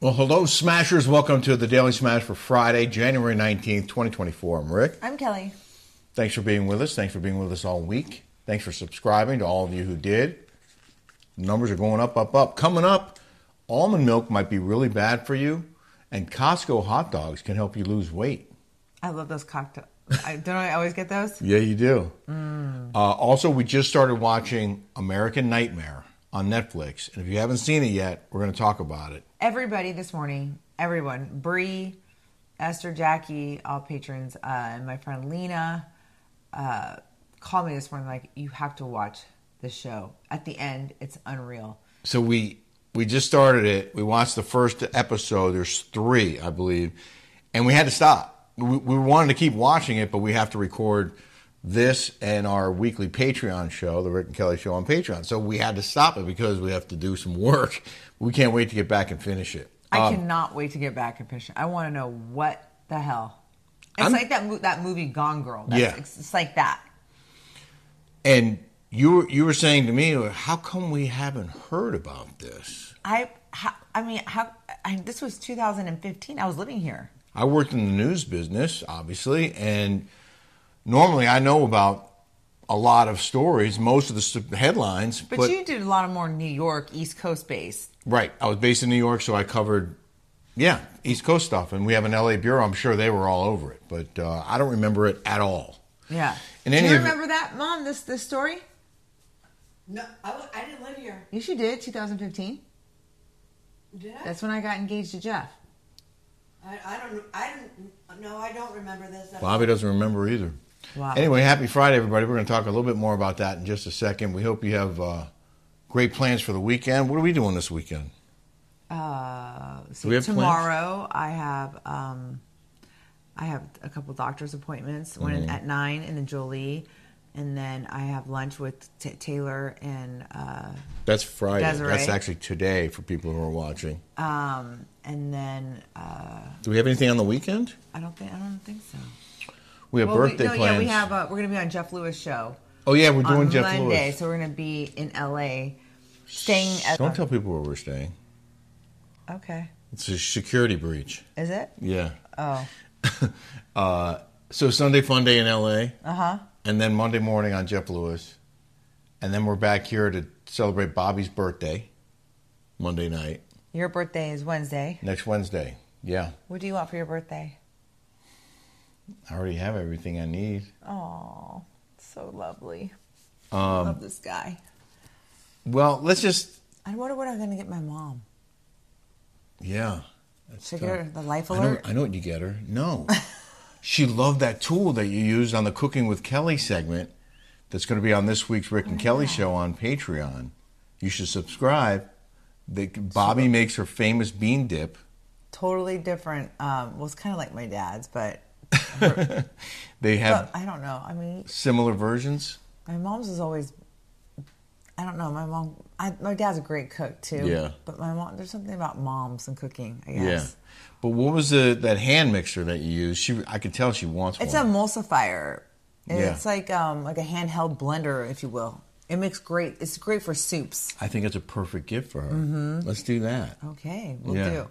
Well, hello, Smashers. Welcome to the Daily Smash for Friday, January 19th, 2024. I'm Rick. I'm Kelly. Thanks for being with us. Thanks for being with us all week. Thanks for subscribing to all of you who did. Numbers are going up, up, up. Coming up, almond milk might be really bad for you, and Costco hot dogs can help you lose weight. I love those cocktails. I don't I always get those. Yeah, you do. Uh, also, we just started watching American Nightmare on Netflix, and if you haven't seen it yet, we're going to talk about it. Everybody this morning, everyone, Bree, Esther, Jackie, all patrons, uh, and my friend Lena, uh, called me this morning like you have to watch the show. At the end, it's unreal. so we we just started it. We watched the first episode. There's three, I believe, and we had to stop. We, we wanted to keep watching it, but we have to record this and our weekly Patreon show, the Rick and Kelly Show on Patreon. So we had to stop it because we have to do some work. We can't wait to get back and finish it. Uh, I cannot wait to get back and pitch. it. I want to know what the hell. It's I'm- like that mo- that movie Gone Girl. That's, Yeah. it's, it's like that. And you were, you were saying to me, how come we haven't heard about this? I how, I mean how I, this was 2015. I was living here. I worked in the news business, obviously, and normally I know about a lot of stories, most of the st- headlines. But, But, you did a lot of more New York, East Coast based. right, I was based in New York, so I covered, yeah, East Coast stuff, and we have an LA bureau. I'm sure they were all over it, but uh, I don't remember it at all. Yeah. In Do any you event- remember that, Mom? This this story? No, I, w- I didn't live here. Yes, you did. 2015. Did I? That's when I got engaged to Jeff. I, I don't. I don't. No, I don't remember this. Bobby doesn't remember either. Wow. Anyway, happy Friday, everybody. We're going to talk a little bit more about that in just a second. We hope you have uh, great plans for the weekend. What are we doing this weekend? Uh, so we have plans? tomorrow I have um, I have a couple doctor's appointments. One Mm-hmm. at nine, and then Jolie, and then I have lunch with T- Taylor and uh, That's Friday. Desiree. That's actually today for people who are watching. um, and then uh, Do we have anything on the weekend? I don't think I don't think so. We have Well, birthday we, no, plans. yeah, we have. Uh, we're gonna be on Jeff Lewis show oh yeah, we're doing on Jeff Monday, Lewis. so we're gonna be in LA, staying at Don't tell people where we're staying. Okay, It's a security breach. is it? Yeah. Oh, Uh, so Sunday fun day in L.A. Uh huh. Uh-huh. And then Monday morning on Jeff Lewis, and then we're back here to celebrate Bobby's birthday, Monday night your birthday is Wednesday. next Wednesday. Yeah, What do you want for your birthday? I already have everything I need. Oh, so lovely. Um, Love this guy. Well, let's just I wonder what I'm gonna get my mom. yeah. That's Should I get tough. her the life I know, alert? I know what you get her. No. she loved that tool that you used on the Cooking with Kelly segment that's going to be on this week's Rick and Kelly show on Patreon. You should subscribe. The, Bobby makes her famous bean dip. Totally different. Um, well, it's kind of like my dad's, but, They have but I don't know. I mean, similar versions. my mom's is always. I don't know. My mom. I, my dad's a great cook too. Yeah. But my mom. There's something about moms and cooking. I guess. Yeah. But what was the that hand mixer that you used? She, I could tell she wants It's one. an emulsifier. And Yeah. It's like um like a handheld blender, if you will. It makes great. It's great for soups. I think it's a perfect gift for her. Let's do that. Okay, we'll Yeah. do.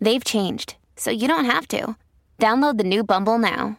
They've changed, so you don't have to. Download the new Bumble now.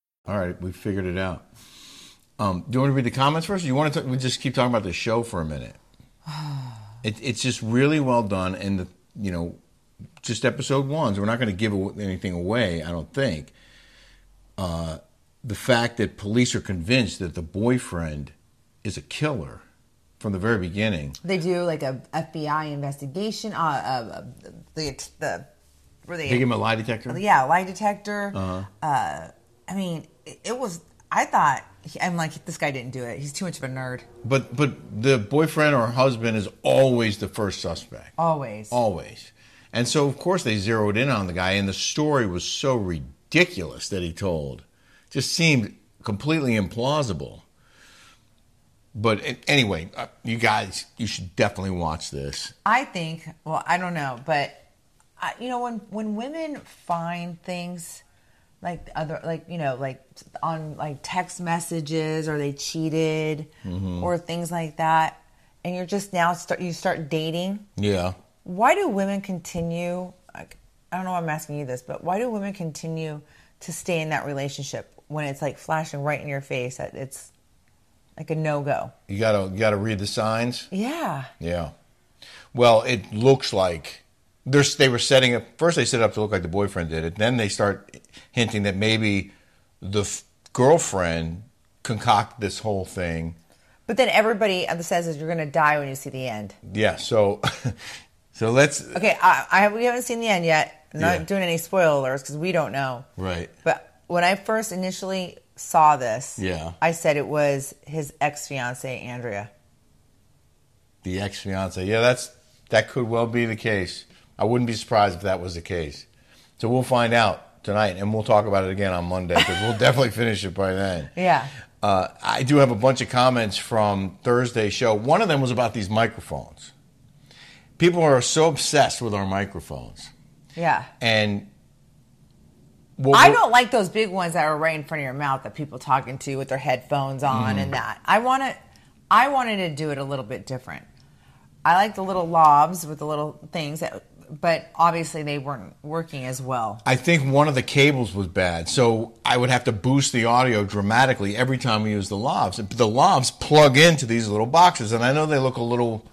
All right, we figured it out. Um, do you want to read the comments first? Or you want to? Talk, we just keep talking about the show for a minute. it, it's just really well done, and the you know, just episode ones. We're not going to give aw- anything away, I don't think. Uh, the fact that police are convinced that the boyfriend is a killer from the very beginning. They do like a FBI investigation. Uh, uh, uh, the the were they? They give him a Uh-huh. lie detector. Oh, yeah, lie detector. uh I mean, it, it was. I thought I'm like this guy didn't do it. He's too much of a nerd. But but the boyfriend or husband is always the first suspect. Always. Oh. Always. And so, of course, they zeroed in on the guy, and the story was so ridiculous that he told. Just seemed completely implausible. But a- anyway, uh, you guys, you should definitely watch this. I think. Well, I don't know, but I, you know, when when women find things like other, like you know, like on like text messages, or they cheated, Mm-hmm. or things like that, and you're just now start you start dating. Yeah. Why do women continue? Like, I don't know. why I'm asking you this, but why do women continue to stay in that relationship when it's like flashing right in your face that it's like a no go? You gotta you gotta read the signs. Yeah. Yeah. Well, it looks like they're, they were setting up. First, they set it up to look like the boyfriend did it. Then they start hinting that maybe the f- girlfriend concocted this whole thing. But then everybody says is you're going to die when you see the end. Yeah. So, so let's Okay, I, I we haven't seen the end yet. I'm not Yeah. doing any spoilers because we don't know. right. But when I first initially saw this, Yeah. I said it was his ex fiancee Andrea. The ex fiance. Yeah, that's that could well be the case. I wouldn't be surprised if that was the case. So we'll find out tonight, and we'll talk about it again on Monday because we'll definitely finish it by then. Yeah. Uh, I do have a bunch of comments from Thursday's show. One of them was about these microphones. People are so obsessed with our microphones, Yeah. and well, I don't like those big ones that are right in front of your mouth that people talking to with their headphones on Mm. and that. I want to I wanted to do it a little bit different. I like the little lobs with the little things that but obviously they weren't working as well. I think one of the cables was bad, so I would have to boost the audio dramatically every time we use the lobs. But The lobs plug into these little boxes, and I know they look a little,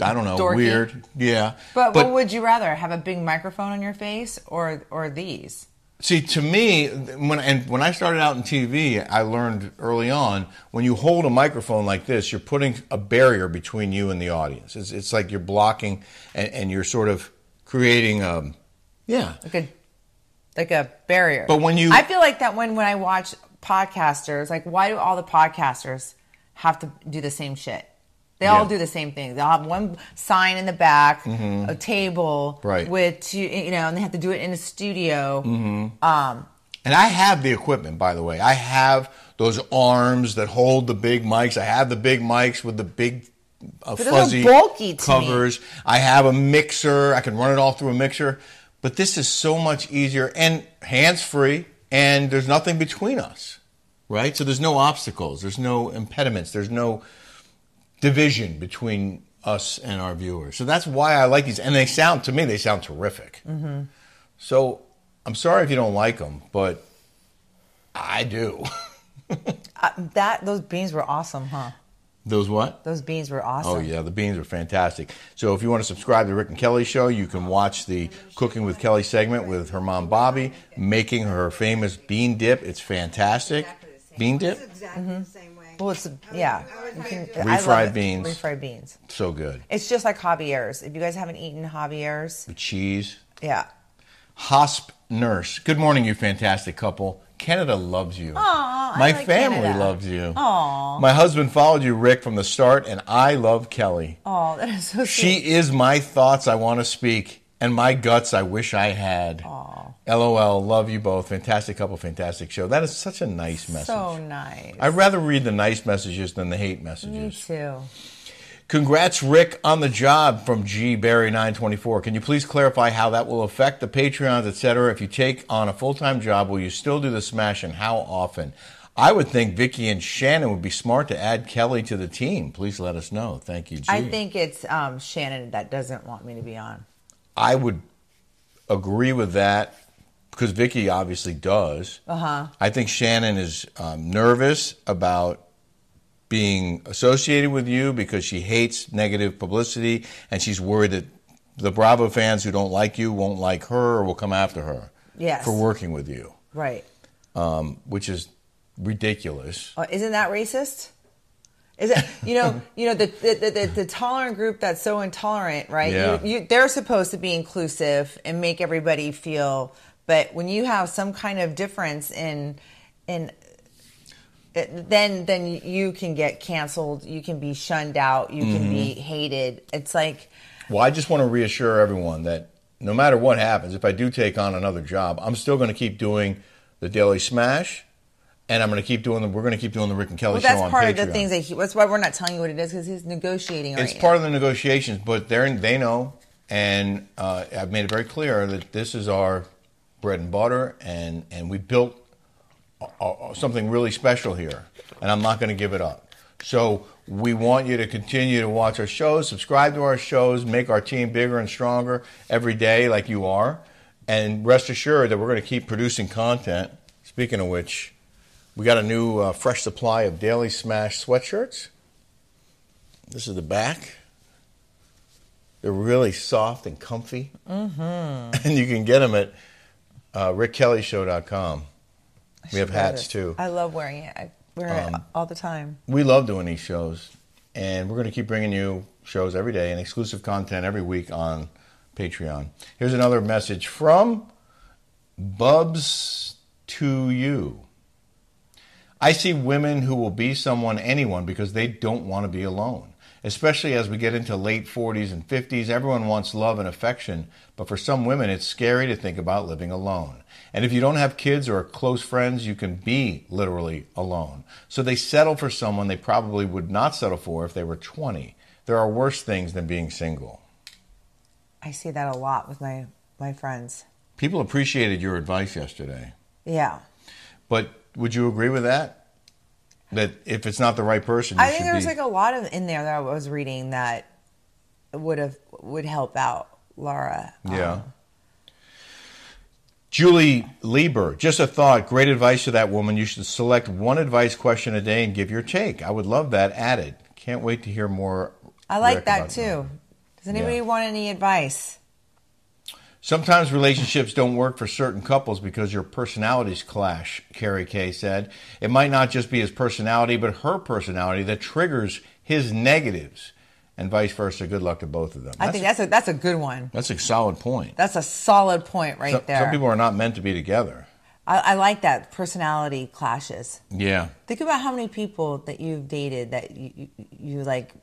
I don't know, Dorky. weird. Yeah, But, what would you rather have a big microphone on your face or or these? See, to me, when and when I started out in TV, I learned early on when you hold a microphone like this, you're putting a barrier between you and the audience. It's, it's like you're blocking and, and you're sort of creating, um, yeah, Like a like a barrier. But when you- I feel like that when when I watch podcasters, like why do all the podcasters have to do the same shit? They all Yeah. Mm-hmm. do the same thing. They'll have one sign in the back, a table Right. Mm-hmm. with two, you know, and they have to do it in a studio. And I have the equipment, by the way. I have those arms that hold the big mics. I have the big mics with the big uh, those are fuzzy bulky to me. covers. I have a mixer. I can run it all through a mixer. But this is so much easier and hands free, and there's nothing between us, right? So there's no obstacles, there's no impediments, there's no division between us and our viewers. So that's why I like these. And they sound, to me, they sound terrific. So I'm sorry if you don't like them, but I do. Uh, That those beans were awesome, huh? Those what? Those beans were awesome. Oh yeah, the beans are fantastic. So if you want to subscribe to Rick and Kelly show, you can watch the Cooking with Kelly segment with her mom Bobby making her famous bean dip. It's fantastic. Bean dip, It's exactly the same way. Well, it's yeah. You can- I love Refried it. beans. Refried beans. so good. It's just like Javier's. If you guys haven't eaten Javier's, With cheese. yeah. Hosp nurse. Good morning, you fantastic couple. Canada loves you. My like family Canada. loves you. My husband followed you, Rick, from the start, and I love Kelly. Oh, that is so sweet. She is my thoughts I want to speak and my guts I wish I had. LOL, love you both. Fantastic couple, fantastic show. That is such a nice message. So nice. I'd rather read the nice messages than the hate Me messages. too. Congrats, Rick, on the job from G Barry 924. Can you please clarify how that will affect the Patreons, etc.? If you take on a full time job, will you still do the smash and how often? I would think Vicky and Shannon would be smart to add Kelly to the team. Please let us know. Thank you, G. I think it's um, Shannon that doesn't want me to be on. I would agree with that because Vicky obviously does. Uh-huh. I think Shannon is um, nervous about being associated with you because she hates negative publicity and she's worried that the Bravo fans who don't like you won't like her or will come after her Yes. for working with you, Right. which is ridiculous. Uh, isn't that racist? Is it you know you know the the, the, the the tolerant group that's so intolerant, right? Yeah. You, you, they're supposed to be inclusive and make everybody feel. But when you have some kind of difference in in it- then then you can get canceled, you can be shunned out, you can Mm-hmm. be hated. It's like Well, I just want to reassure everyone that no matter what happens, if I do take on another job, I'm still going to keep doing the Daily Smash, and I'm going to keep doing the. We're going to keep doing the Rick and Kelly well, show that's on part Patreon. of the things that he. That's why we're not telling you what it is because he's negotiating. it's right part of the negotiations, but they are they know, and uh, I've made it very clear that this is our bread and butter, and and we built a- a- something really special here, and I'm not going to give it up. So we want you to continue to watch our shows, subscribe to our shows, make our team bigger and stronger every day, like you are, and rest assured that we're going to keep producing content. Speaking of which, we got a new uh, fresh supply of Daily Smash sweatshirts. This is the back. They're really soft and comfy. Mm-hmm. And you can get them at uh, rickkellyshow.com. We have hats too. Um, I love wearing it. I wear it all the time. We love doing these shows, and we're going to keep bringing you shows every day and exclusive content every week on Patreon. Here's another message from Bubs to you. I see women who will be someone, anyone, because they don't want to be alone. Especially as we get into late 40s and 50s, everyone wants love and affection, but for some women, it's scary to think about living alone. And if you don't have kids or close friends, you can be literally alone. So they settle for someone they probably would not settle for if they were 20. There are worse things than being single. I see that a lot with my my friends. People appreciated your advice yesterday, Yeah. but would you agree with that? That if it's not the right person, you I think should there was be- like a lot of in there that I was reading that would have would help out Laura. Um, Yeah. Uh-huh. Julie Lieber, just a thought. Great advice to that woman. You should select one advice question a day and give your take. I would love that added. Can't wait to hear more. I like Rick, that about too. Does anybody Yeah. want any advice? Sometimes relationships don't work for certain couples because your personalities clash, Carrie Kay said. It might not just be his personality, but her personality that triggers his negatives, and vice versa. Good luck to both of them. I think that's a that's a good one. that's a solid point. That's a solid point right Some- there. some people are not meant to be together. I, I like that personality clashes. Yeah. Think about how many people that you've dated that you you, you like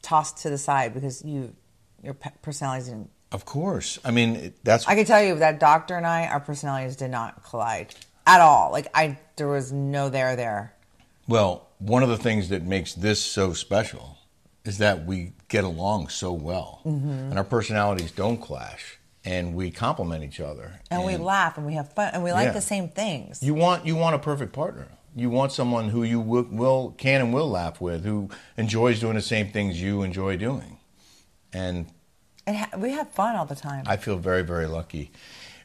tossed to the side because you your pe- personalities didn't. Of course. I mean, it- that's I can tell you that doctor and I, our personalities did not collide at all. Like I, there was no there there. well, one of the things that makes this so special is that we get along so well and our personalities don't clash and we complement each other. and we laugh and we have fun and we like Yeah. the same things. You want you want a perfect partner. You want someone who you will, will can and will laugh with, who enjoys doing the same things you enjoy doing. And and ha- we have fun all the time. I feel very very lucky.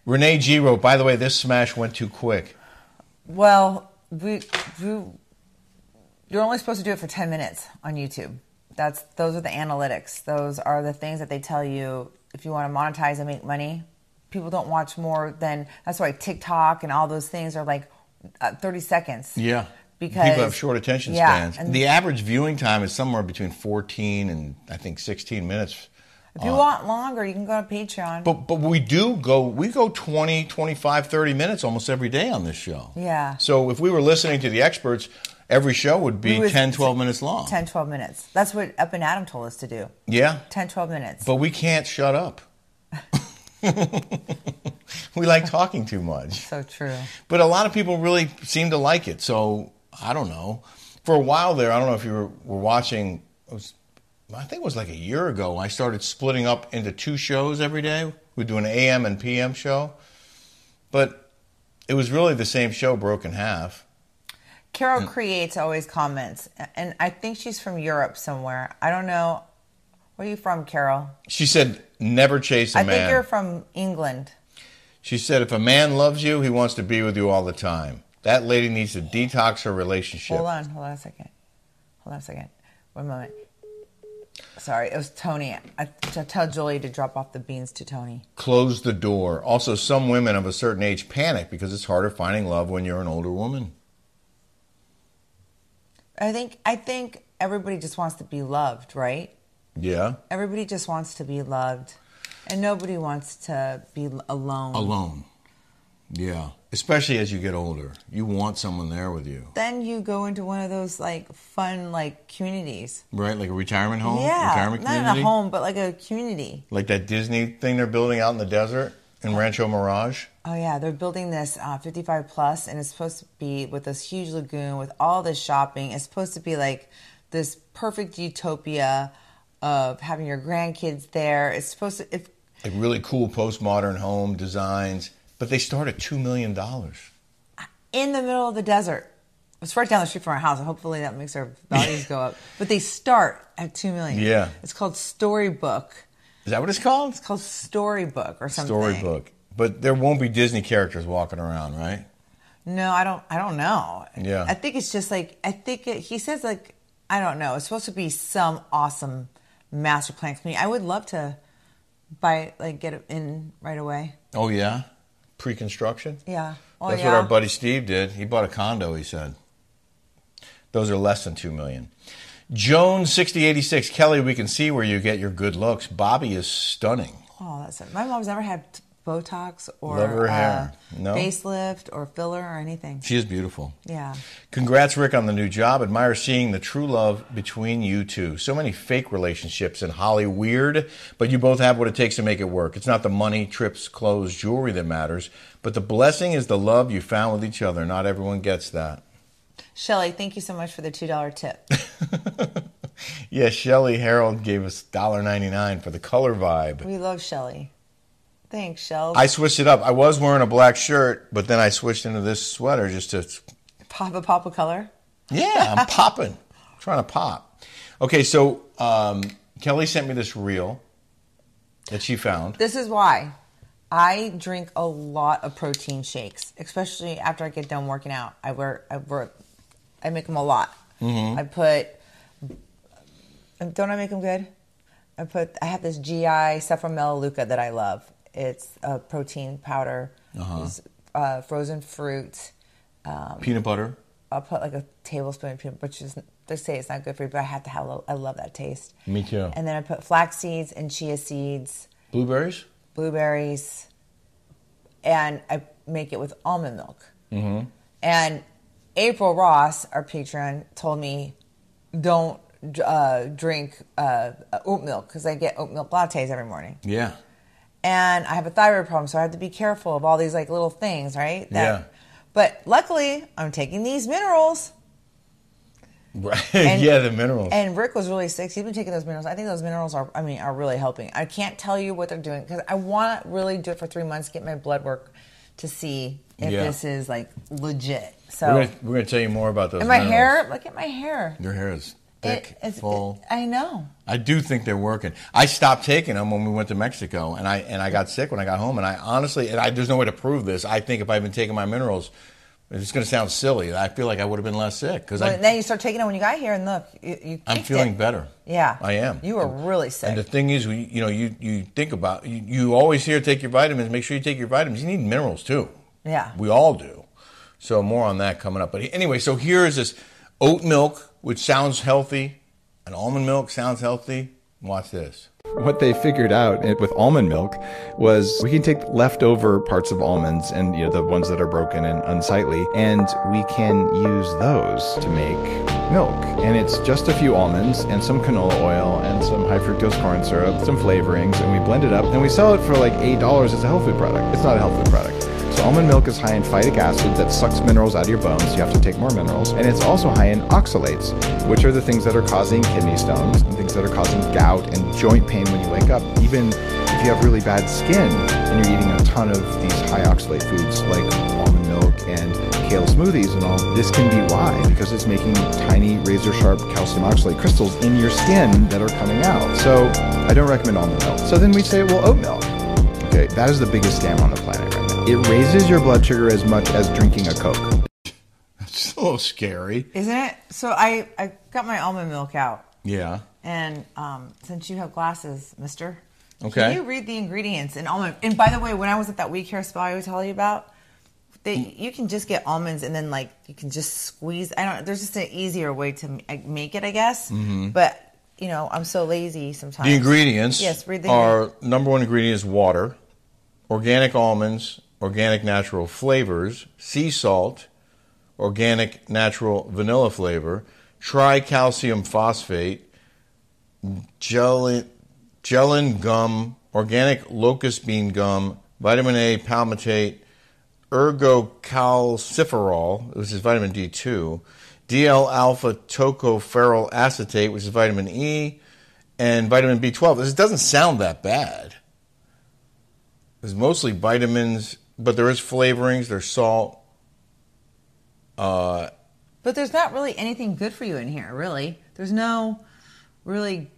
Renee G wrote, by the way, this smash went too quick. well, we, we you're only supposed to do it for 10 minutes on YouTube. That's those are the analytics. Those are the things that they tell you if you want to monetize and make money. People don't watch more than that's why TikTok and all those things are like uh, 30 seconds. Yeah. Because people have short attention yeah, spans. and- the average viewing time is somewhere between 14 and I think 16 minutes. If you want longer, you can go to Patreon. Uh. But but we do go we go 20, 25, 30 minutes almost every day on this show. Yeah. So if we were listening to the experts, every show would be We would- 10, 12 minutes long. 10 12 minutes. That's what Up and Adam told us to do. Yeah. 10 12 minutes. But we can't shut up. we like talking too much. So true. But a lot of people really seem to like it. So I don't know. For a while there, I don't know if you were, were watching. It was, I think it was like a year ago. I started splitting up into two shows every day. We'd do an AM and PM show, but it was really the same show broken half. Carol creates always comments, and I think she's from Europe somewhere. I don't know. Where are you from, Carol? She said, "Never chase a I man." think you're from England. She said, if a man loves you, he wants to be with you all the time. That lady needs to detox her relationship. Hold on, hold on a second. Hold on a second. One moment. Sorry, it was Tony. I, I tell Julie to drop off the beans to Tony. Close the door. Also, some women of a certain age panic because it's harder finding love when you're an older woman. I think I think everybody just wants to be loved, right? Yeah. Everybody just wants to be loved, and nobody wants to be l- alone. Alone. Yeah. Especially as you get older. You want someone there with you, Then you go into one of those like fun like communities. right? Like a retirement home? yeah, Retirement not in community? a home, but like a community. Like that Disney thing they're building out in the desert in Rancho Mirage? Oh yeah, they're building this uh, 55 plus, and it's supposed to be with this huge lagoon with all this shopping. It's supposed to be like this perfect utopia of having your grandkids there. It's supposed to. If Like really cool postmodern home designs. But they start at $2 million. in the middle of the desert. It's right down the street from our house. and Hopefully that makes our values go up. But they start at two million. Yeah. It's called Storybook. Is that what it's called? It's called Storybook or something. storybook. But there won't be Disney characters walking around, right? No, I don't. I don't know. Yeah. I think it's just like I think it, he says like I don't know. It's supposed to be some awesome master plan community. I would love to buy like get it in right away. Oh yeah, pre-construction. Yeah. Oh, That's yeah. what our buddy Steve did. He bought a condo. He said, "Those are less than two million. Joan sixty eighty six Kelly. We can see where you get your good looks. Bobby is stunning. Oh, that's it. My mom's never had Botox or Love her uh, hair. No. facelift or filler or anything. She is beautiful. Yeah. Congrats, Rick, on the new job. Admire seeing the true love between you two. So many fake relationships in Holly Weird, but you both have what it takes to make it work. It's not the money, trips, clothes, jewelry that matters, but the blessing is the love you found with each other. Not everyone gets that. Shelly, thank you so much for the two dollar tip. Yeah, Shelly Harold gave us $1.99 for the color vibe. we love Shelly. Thanks, Shell. I switched it up. I was wearing a black shirt, but then I switched into this sweater just to Papa Papa color. Yeah, I'm popping. trying to pop. Okay, so um, Kelly sent me this reel that she found. This is why I drink a lot of protein shakes, especially after I get done working out. I wear I work I make them a lot. Mm-hmm. I put don't I make them good? I put I have this GI Cephalmelaleuca that I love. It's a protein powder. Uh-huh. It's, uh, frozen fruit. Peanut butter. I'll put like a tablespoon of peanut, which is they say it's not good for you, but I have to have. a- I love that taste. Me too. And then I put flax seeds and chia seeds, Blueberries? blueberries, and I make it with almond milk. Mm-hmm. And April Ross, our patron, told me don't uh, drink uh, oat milk because I get oat milk lattes every morning Yeah. and I have a thyroid problem, so I have to be careful of all these like little things, right? Yeah. But luckily, I'm taking these minerals. Right. yeah, the minerals. And Rick was really sick. He's been taking those minerals. I think those minerals are, I mean, are really helping. I can't tell you what they're doing because I want to really do it for three months, get my blood work to see if Yeah. this is like legit. we're So, gonna, we're gonna tell you more about those. and my minerals. hair, look at my hair. Your hair is It- thick, it's- full. I know. I do think they're working. I stopped taking them when we went to Mexico, and I and I got sick when I got home. And I honestly, and I, there's no way to prove this. I think if I've been taking my minerals, it's gonna sound silly. I feel like I would have been less sick because But then you start taking it when you got here, and look, you, you I'm kicked feeling it. better. Yeah, I am. You were really sick. And the thing is, we, you know, you, you think about, you, you always hear take your vitamins, make sure you take your vitamins. You need minerals too. Yeah. We all do. So more on that coming up. But anyway, so here is this oat milk, which sounds healthy, and almond milk sounds healthy. Watch this. What they figured out it- with almond milk was we can take leftover parts of almonds and you know the ones that are broken and unsightly, and we can use those to make milk. And it's just a few almonds and some canola oil and some high fructose corn syrup, some flavorings, and we blend it up and we sell it for like $8 as a health food product. It's not a health food product. So almond milk is high in phytic acid that sucks minerals out of your bones. You have to take more minerals. And it's also high in oxalates, which are the things that are causing kidney stones and things that are causing gout and joint pain when you wake up. Even if you have really bad skin and you're eating a ton of these high oxalate foods like almond milk and kale smoothies and all, this can be why, because it's making tiny razor sharp calcium oxalate crystals in your skin that are coming out. So I don't recommend almond milk. So then we say, well, oat milk. Okay, that is the biggest scam on the planet right now. It raises your blood sugar as much as drinking a Coke. It's a little scary. Isn't it? So I, I got my almond milk out. Yeah. And um, since you have glasses, mister, Okay. can you read the ingredients in almond? And by the way, when I was at that week hair spa I was telling you about, they, Mm. you can just get almonds and then like you can just squeeze. I don't. There's just an easier way to m- like, make it, I guess. But you know, I'm so lazy Mm-hmm. sometimes. The ingredients Yes, read the are number one ingredient is water, organic almonds, organic natural flavors, sea salt, organic natural vanilla flavor, tricalcium phosphate, gelin, gelin gum, organic locust bean gum, vitamin A palmitate, ergocalciferol, which is vitamin D2, DL alpha tocopherol acetate, which is vitamin E, and vitamin B12. This doesn't sound that bad. It's mostly vitamins, but there is flavorings, there's salt. But there's not really anything good for you in here, really. There's no really.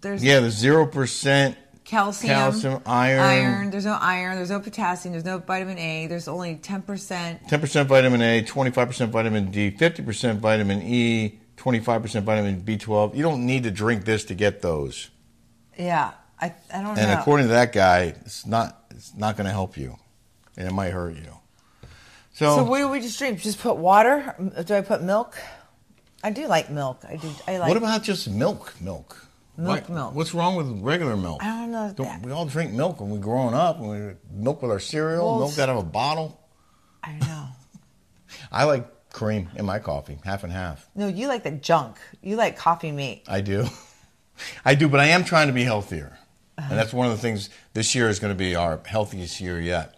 There's Yeah, there's 0%. calcium, calcium, iron. iron. There's no iron. There's no potassium. There's no vitamin A. There's only ten percent 10% vitamin A, 25% vitamin D, 50% vitamin E, 25% vitamin B12. You don't need to drink this to get those. Yeah, I, I don't And know. according to that guy, it's not it's not going to help you, and it might hurt you. So, so what do we just drink? Just put water? Do I put milk? I do like milk. I do. I like. what about just milk? Milk. Milk, milk. What's wrong with regular milk? I don't know. Don't, we all drink milk when we're growing up. When we milk with our cereal, Well, milk out of a bottle. I don't know. I like cream in my coffee, half and half. No, you like the junk. You like coffee mate. I do, I do, but I am trying to be healthier, and that's one of the things this year is going to be our healthiest year yet.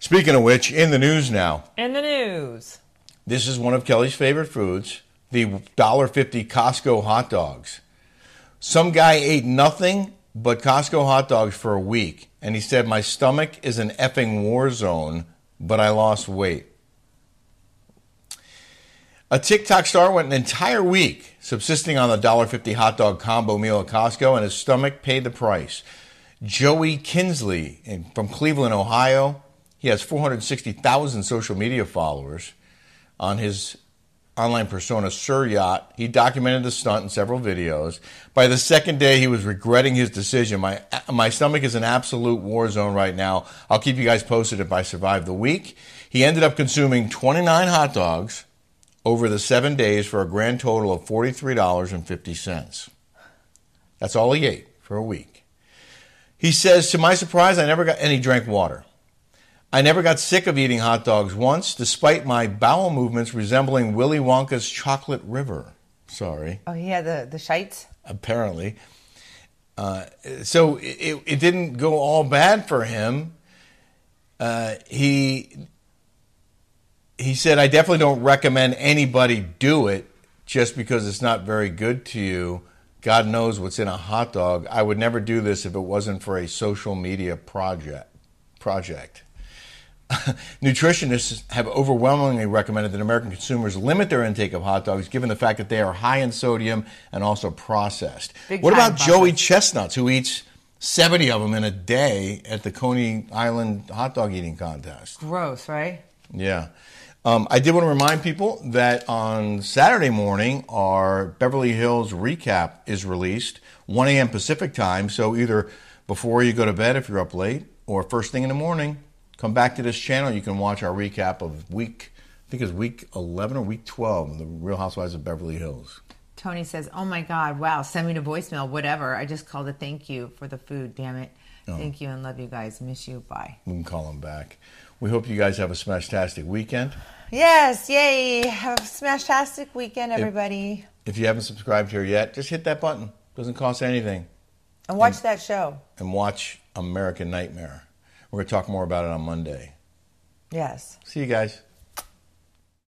Speaking of which, in the news now, In the news. This is one of Kelly's favorite foods, the $1.50 Costco hot dogs. Some guy ate nothing but Costco hot dogs for a week, and he said, My stomach is an effing war zone, but I lost weight. A TikTok star went an entire week subsisting on the $1.50 hot dog combo meal at Costco, and his stomach paid the price. Joey Kinsley in- from Cleveland, Ohio, he has 460,000 social media followers on his online persona Sir Yacht. He documented the stunt in several videos. By the second day, he was regretting his decision. My my stomach is an absolute war zone right now. I'll keep you guys posted if I survive the week. He ended up consuming 29 hot dogs over the seven days for a grand total of $43.50. That's all he ate for a week. He says, To my surprise, I never got, and he drank water. I never got sick of eating hot dogs once, despite my bowel movements resembling Willy Wonka's chocolate river. Sorry, Oh, he had the the shites. apparently. Uh, so it, it didn't go all bad for him. Uh, he he said, I definitely don't recommend anybody do it just because it's not very good to you. God knows what's in a hot dog. I would never do this if it wasn't for a social media project. Project. Nutritionists have overwhelmingly recommended that American consumers limit their intake of hot dogs, given the fact that they are high in sodium and also processed. Big what time about Joey processed. Chestnuts, who eats 70 of them in a day at the Coney Island hot dog eating contest? Gross, right? Yeah. Um, I did want to remind people that on Saturday morning, our Beverly Hills recap is released 1 a.m. Pacific time. So either before you go to bed if you're up late, or first thing in the morning, come back to this channel. You can watch our recap of week, I think it's week 11 or week 12 of the Real Housewives of Beverly Hills. Tony says, "Oh my God! Wow! Send me to voicemail. Whatever. I just called to thank you for the food. Damn it! Oh. Thank you and love you guys. Miss you. Bye." We can call him back. We hope you guys have a smashtastic weekend. Yes! Yay! Have a smashtastic weekend, everybody, If you haven't subscribed here yet, just hit that button. Doesn't cost anything. and watch that show. And watch American Nightmare. We're going to talk more about it on Monday. Yes. See you guys.